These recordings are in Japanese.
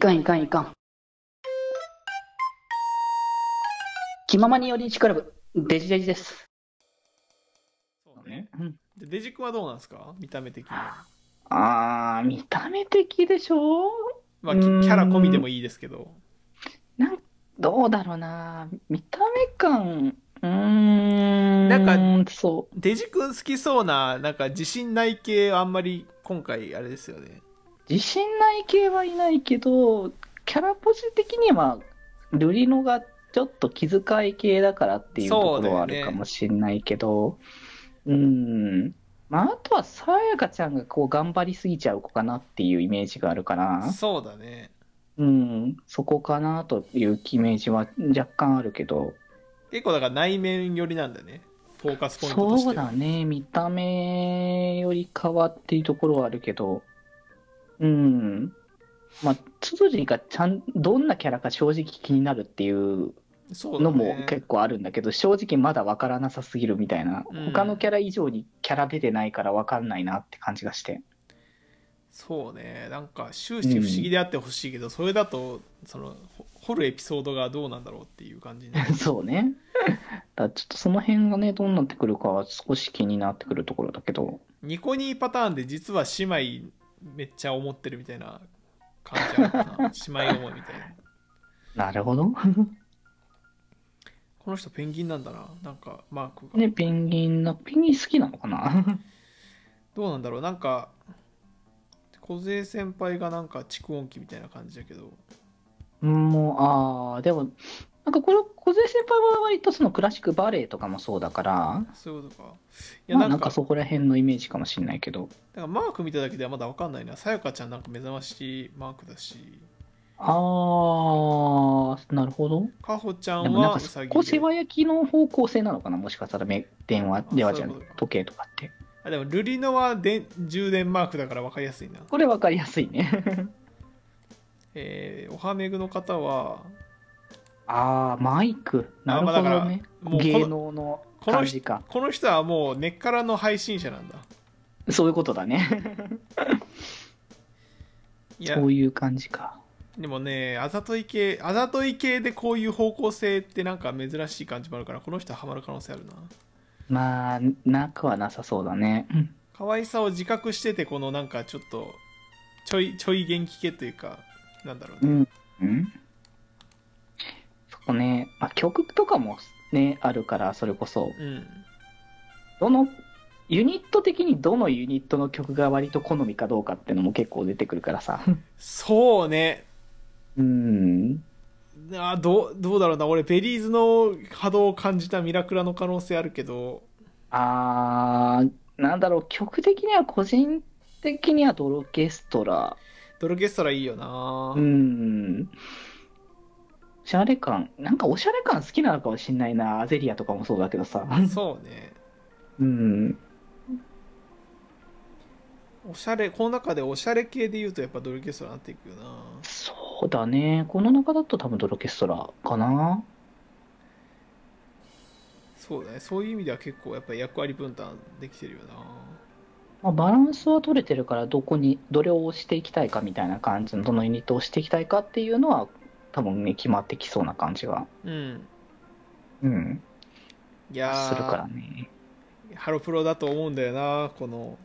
かんいかんいかん。気ままに寄り道クラブ、デジデジです。そうね。うんで、デジ君はどうなんですか見た目的には。あー、見た目的でしょまあ、うキキーんャラ込みでもいいですけど。どうだろうな。見た目感、うーん。なんか、そデジ君好きそうな、なんか自信ない系はあんまり今回あれですよね。う。自信ない系はいないけど、キャラポジ的には、ルリノがちょっと気遣い系だからっていうところはあそうだよねるかもしれないけど、う,、ん。まあ、あとは、さやかちゃんがこう、頑張りすぎちゃう子かなっていうイメージがあるかな。そうだね。うん、そこかなというイメージは若干あるけど、結構だから内面寄りなんだね。フォーカスポイントとしてそはうだね、見た目よりかはっていうところはあるけど、うん、まあ、つづりがちゃん、どんなキャラか正直気になるっていうそうだのもね。結構あるんだけど、正直まだ分からなさすぎるみたいな、うん他のキャラ以上にキャラ出てないから分かんないなって感じがして、 そうね。なんか終始不思議であってほしいけど、それだと、その、ほ掘るエピソードがどうなんだろうっていう感じになるそうね。だからちょっとその辺がね、どうなってくるかは少し気になってくるところだけど、ニコニーパターンで実は姉妹めっちゃ思ってるみたいな感じあるか な姉妹思いみたいななるほど。この人ペンギンなんだななんかマークが、ね、ペンギンな、ペンギン好きなのかなどうなんだろうなんか小杉先輩がなんか蓄音機みたいな感じだけどもう、ああ、でも、なんかこれ、小杉先輩は割とそのクラシックバレエとかもそうだから、そういうことかいやまなあ、んなんか,、かそこら辺のイメージかもしれないけど、マーク見ただけではまだわかんないなさやかちゃんなんか目覚ましマークだしああ、なるほど。かほちゃでんもなんはかうそさぎこ、で世話焼きの方向性なのかな、もしかしたらめ電話、電話じゃないそういうことか時計とかって。あでもルリノはで充電マークだからわかりやすいなこれ分かりやすいね。えー、おはめぐの方はああ、マイク。なあるまほあだからどね。もうこ芸の能のこの感人じか。この人はもう根っからの配信者なんだそういうことだね。いやそういう感じか。でもねあざとい系あざとい系でこういう方向性ってなんか珍しい感じもあるからこの人はハマる可能性あるなまあ、なくはなさそうだね。うん可愛さを自覚しててこのなんかちょっとちょいちょい元気系というかなんだろうね、うんそこね、まあ、曲とかもね、あるから、それこそ、うんどの、ユニット的にどのユニットの曲が割と好みかどうかってのも結構出てくるからさ。そうね うん。あーどうどうだろうな俺ベリーズの波動を感じたミラクラの可能性あるけどあー、なんだろう、曲的には個人的にはドロケストラ。ドルゲストラいいよな、うん。おしゃれ感、なんかおしゃれ感好きなのかもしんないな。アゼリアとかもそうだけどさ。そうねうん。おしゃれこの中でおしゃれ系で言うとやっぱドルゲストラになっていくよなそうだね。この中だと多分ドロケストラかな。そうだねそういう意味では結構やっぱり役割分担できてるよなまあ、バランスは取れてるから、どこに、どれを押していきたいかみたいな感じの、どのユニットを押していきたいかっていうのは、多分ね、決まってきそうな感じが、うんうん、いすやーるからね。ハロプロだと思うんだよなこの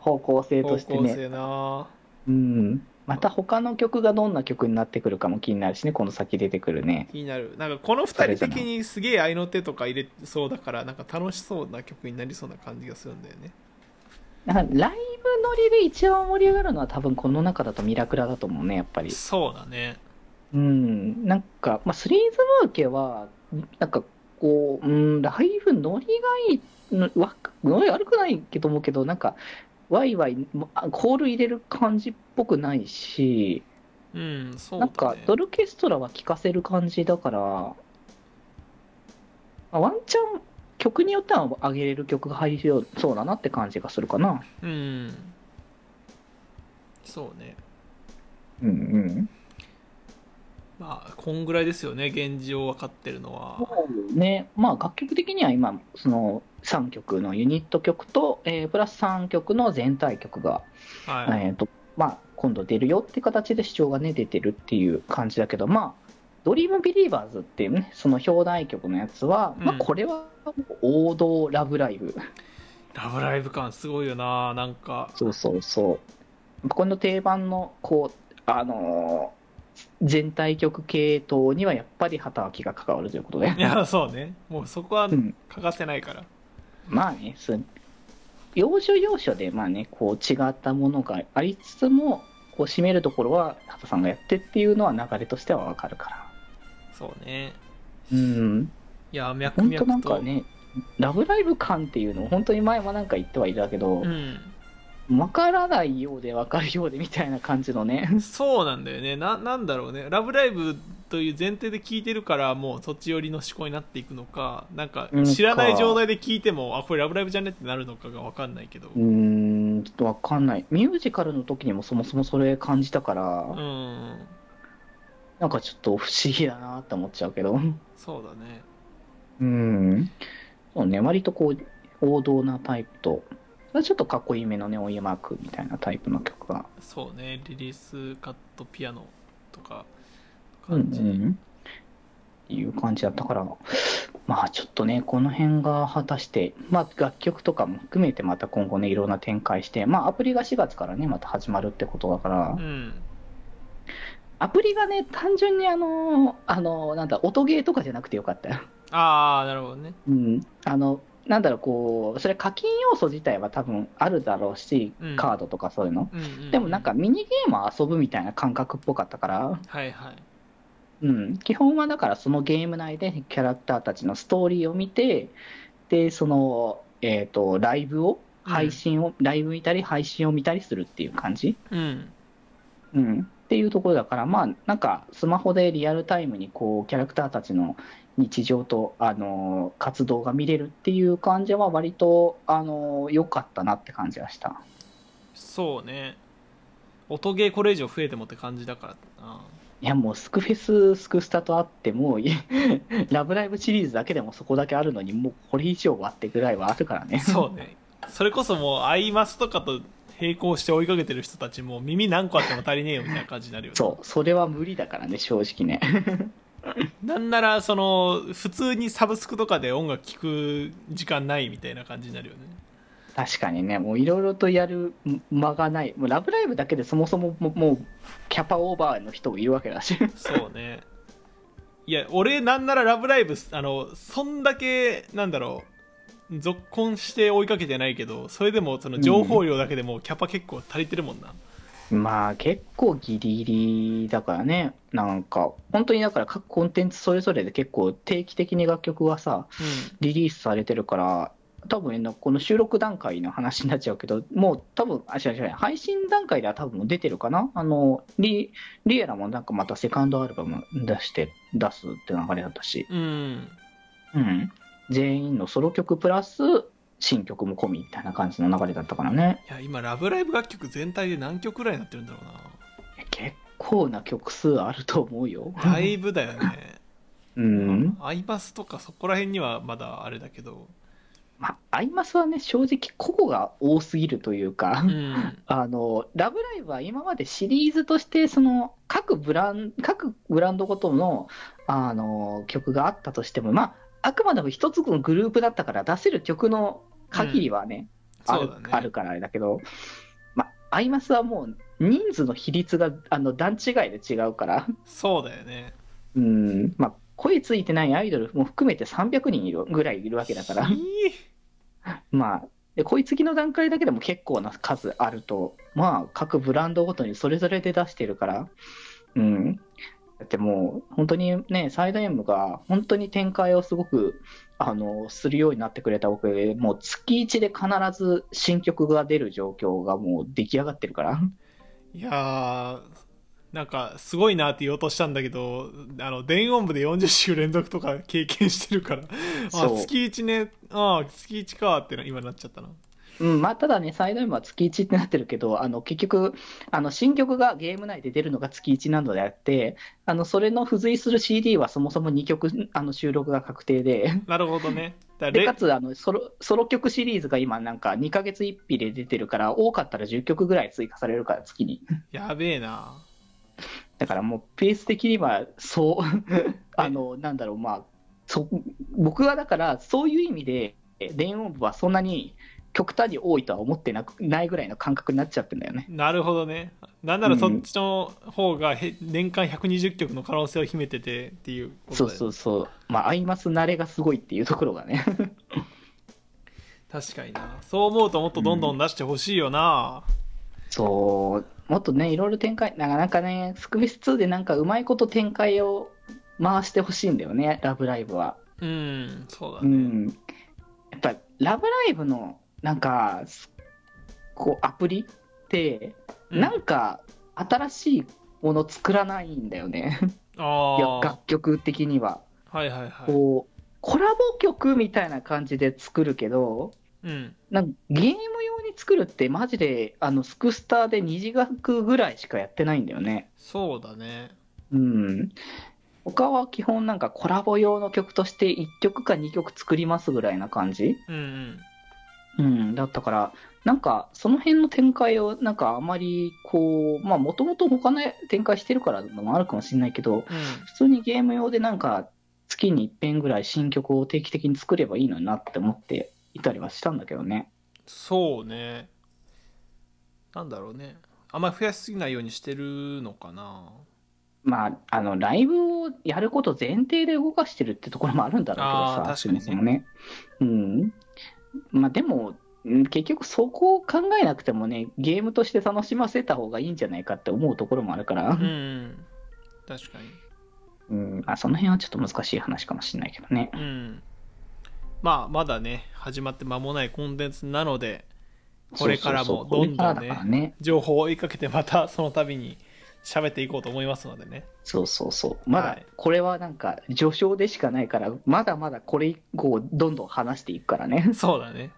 方向性方として向ね。性な、うん。また他の曲がどんな曲になってくるかも気になるしね、この先出てくるね。気になるなんかこの2人的にすげえ合いの手とか入れそうだからなんか楽しそうな曲になりそうな感じがするんだよねなんかライブノリで一番盛り上がるのは多分この中だとミラクラだと思うね、やっぱり。そうだねうん、なんか、まあ、スリーズムーケは、なんかこう、うん、ライブノリがいいの、わノリ悪くないけど思うけど、なんか、ワイワイ、あコール入れる感じっぽくないし、うんそうなだんねか、ドルケストラは聴かせる感じだから、まあワンチャン、曲によっては上げれる曲が入りそうだなって感じがするかな。うんそうねうんうん。まあこんぐらいですよね現状分かってるのはそうね、まあ楽曲的には今、その3曲のユニット曲と、えープラス3曲の全体曲が、はい、えーとまあ、今度出るよって形で主張がね、出てるっていう感じだけど、まあ、ドリームビリーバーズっていうね、その表題曲のやつは、まうあ、んこれは王道ラブライブ。ラブライブ感すごいよななんかそうそうそう。この定番の、こう、あのー全体曲系統にはやっぱり畑脇が関わるということでい。やそうねもうそこはうん。欠かせないからまあね、す要所要所で、まあね、こう違ったものがありつつも、こう締めるところは畑さんがやってっていうのは流れとしてはわかるから。そうねうん。いや脈本当な々んかと、ね、ラブライブ感っていうのを本当に前もなんか言ってはいたけどう、んわからないようでわかるようでみたいな感じのね。そうなんだよねななんだろうね「ラブライブ!」という前提で聞いてるからもうそっち寄りの思考になっていくのかなんかうん知らない状態で聞いてもあこれ「ラブライブじゃね?」ってなるのかが分かんないけどうーん、ちょっとわかんない。ミュージカルの時にもそもそもそれ感じたから、うんなんかちょっと不思議だなって思っちゃうけど。そうだねうん。そうね、割とこう、王道なタイプと、ちょっとかっこいいめのね、お湯マークみたいなタイプの曲が。そうねリリースカットピアノとかうん感じ、うん。っていう感じだったから、まあちょっとね、この辺が果たして、まあ楽曲とかも含めてまた今後ね、いろんな展開して、まあアプリが4月からね、また始まるってことだからう、んアプリがね、単純にあのー、あのー、なんだ、音ゲーとかじゃなくてよかったよ。ああなるほどねうん。あの、なんだろう、こう、それ課金要素自体は多分あるだろうしうん、カードとかそういうの。うんうんでもなんかミニゲームを遊ぶみたいな感覚っぽかったから、はいはいうん、基本はだからそのゲーム内でキャラクターたちのストーリーを見て、で、その、えっ、と、ライブを、配信を、ライブ見たり、配信を見たりするっていう感じ、うんうん、っていうところだから、まあ、なんかスマホでリアルタイムにこうキャラクターたちの日常と、あのー活動が見れるっていう感じは、割とあのー良かったなって感じがした。そうね音ゲーこれ以上増えてもって感じだからないや、もうスクフェス、スクスタとあっても、い ラブライブシリーズだけでもそこだけあるのに、もうこれ以上はってぐらいはあるからね。 そうね。それこそもう、アイマスとかと並行して追いかけてる人たちも、耳何個あっても足りねえよみたいな感じになるよね。そう、それは無理だからね、正直ね。 なんなら、その、普通にサブスクとかで音楽聴く時間ないみたいな感じになるよね。確かにね、もういろいろとやる間がない。もうラブライブだけでそもそももうもうキャパオーバーの人もいるわけだし。 そうね。いや、俺なんならラブライブ、あの、そんだけ、なんだろう、続婚して追いかけてないけど、それでも、その情報量だけでもうキャパ結構足りてるもんな。まあ結構ギリギリだからね、なんか、本当にだから各コンテンツそれぞれで結構定期的に楽曲がさ、リリースされてるから、多分ねこの収録段階の話になっちゃうけど、もう多分、あ、違う違う、配信段階では多分もう出てるかなあの、リ、リエラもなんかまたセカンドアルバム出して、出すって流れだったし、うん。うん。うん。全員のソロ曲プラス、新曲も込みみたいな感じの流れだったからね。いや、今、ラブライブ楽曲全体で何曲くらいになってるんだろうな。結構な曲数あると思うよ。だいぶだよね。うん。アイバスとかそこら辺にはまだあれだけど、まあ、アイマスはね、正直、個々が多すぎるというか、うん、あの、ラブライブは今までシリーズとして、その、各ブラン、各ブランドごとの、あの、曲があったとしても、まあ、あくまでも一つのグループだったから、出せる曲の限りはね、あそるうだね。あるからあれだけど、まあ、アイマスはもう、人数の比率が、あの、段違いで違うから、そうだよね。うん、まあ、声ついてないアイドルも含めて300人いるぐらいいるわけだからい。いまあ、で、こいつきの段階だけでも結構な数あると、まあ、各ブランドごとにそれぞれで出してるから、うん。だってもう、本当にね、サイド M が本当に展開をすごく、あの、するようになってくれたおかげで、もう月1で必ず新曲が出る状況がもう出来上がってるから。いやー、なんかすごいなって言おうとしたんだけど、あの、電音部で40週連続とか経験してるから、あ、そう月1ね、あ月1かってな今なっちゃったな。うん、まあ、ただね、サイド M は月1ってなってるけど、あの、結局、あの、新曲がゲーム内で出るのが月1なのであって、あの、それの付随する CD はそもそも2曲、あの、収録が確定で、なるほどね。だで、レかつ、あの、ソロ、ソロ曲シリーズが今なんか2ヶ月1日で出てるから、多かったら10曲ぐらい追加されるから、月に。やべえなだからもう、ペース的には、そう、 あの、なんだろう、まあ、そ、僕はだから、そういう意味で、電音部はそんなに極端に多いとは思ってなく、ないぐらいの感覚になっちゃってんだよね。なるほどねなんならそうんっちの方がへ年間120曲の可能性を秘めててっていうことそうだよねそうそう。まあ、アイマス慣れがすごいっていうところがね。確かになそう思うともっとどんどん出してほしいよな、 そう、もっとね、いろいろ展開、なかなかね、スクフェス2でなんかうまいこと展開を回してほしいんだよね、ラブライブは。うん、そうだうね、ん。やっぱ、ラブライブの、なんか、すこう、アプリって、うんなんか、新しいもの作らないんだよね、いやああ楽曲的には。はいはいはいこう、コラボ曲みたいな感じで作るけど、うんなんかゲーム用に作るって、マジで、あの、スクスターで二次学ぐらいしかやってないんだよね。そうだねうん。他は基本なんかコラボ用の曲として1曲か2曲作りますぐらいな感じ、うんううんん、だったから、なんかその辺の展開をなんかあまりこう、まあもともと他の展開してるからのもあるかもしれないけど、うん普通にゲーム用でなんか月に1遍ぐらい新曲を定期的に作ればいいのになって思っていたりはしたんだけどね。そうねなんだろうねあんまり増やしすぎないようにしてるのかなまあ、あの、ライブをやること前提で動かしてるってところもあるんだろうけどあさ、ー確かにねそもそもね。うん。まあでも、うん結局そこを考えなくてもね、ゲームとして楽しませた方がいいんじゃないかって思うところもあるからうん、うん確かにうん、あその辺はちょっと難しい話かもしれないけどね。うん、まあまだね始まって間もないコンテンツなのでこれからそうそもうそうどんどこれんからだからねね。情報を追いかけてまたその度に喋っていこうと思いますのでねそうそうそう。まはだい、これはなんか序章でしかないから、まだまだこれ以降どんどん話していくからね。そうだね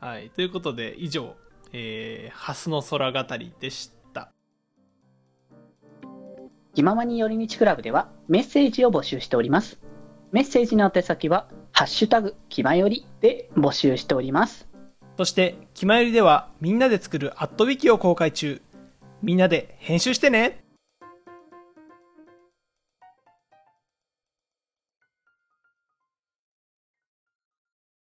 はいということで以上「えー、ハスの空語り」でした気ままに寄り道クラブではメッセージを募集しております。メッセージの宛先は、ハッシュタグ、気まよりで募集しております。そして「きまより」ではみんなで作る「アットウィキを公開中みんなで編集してね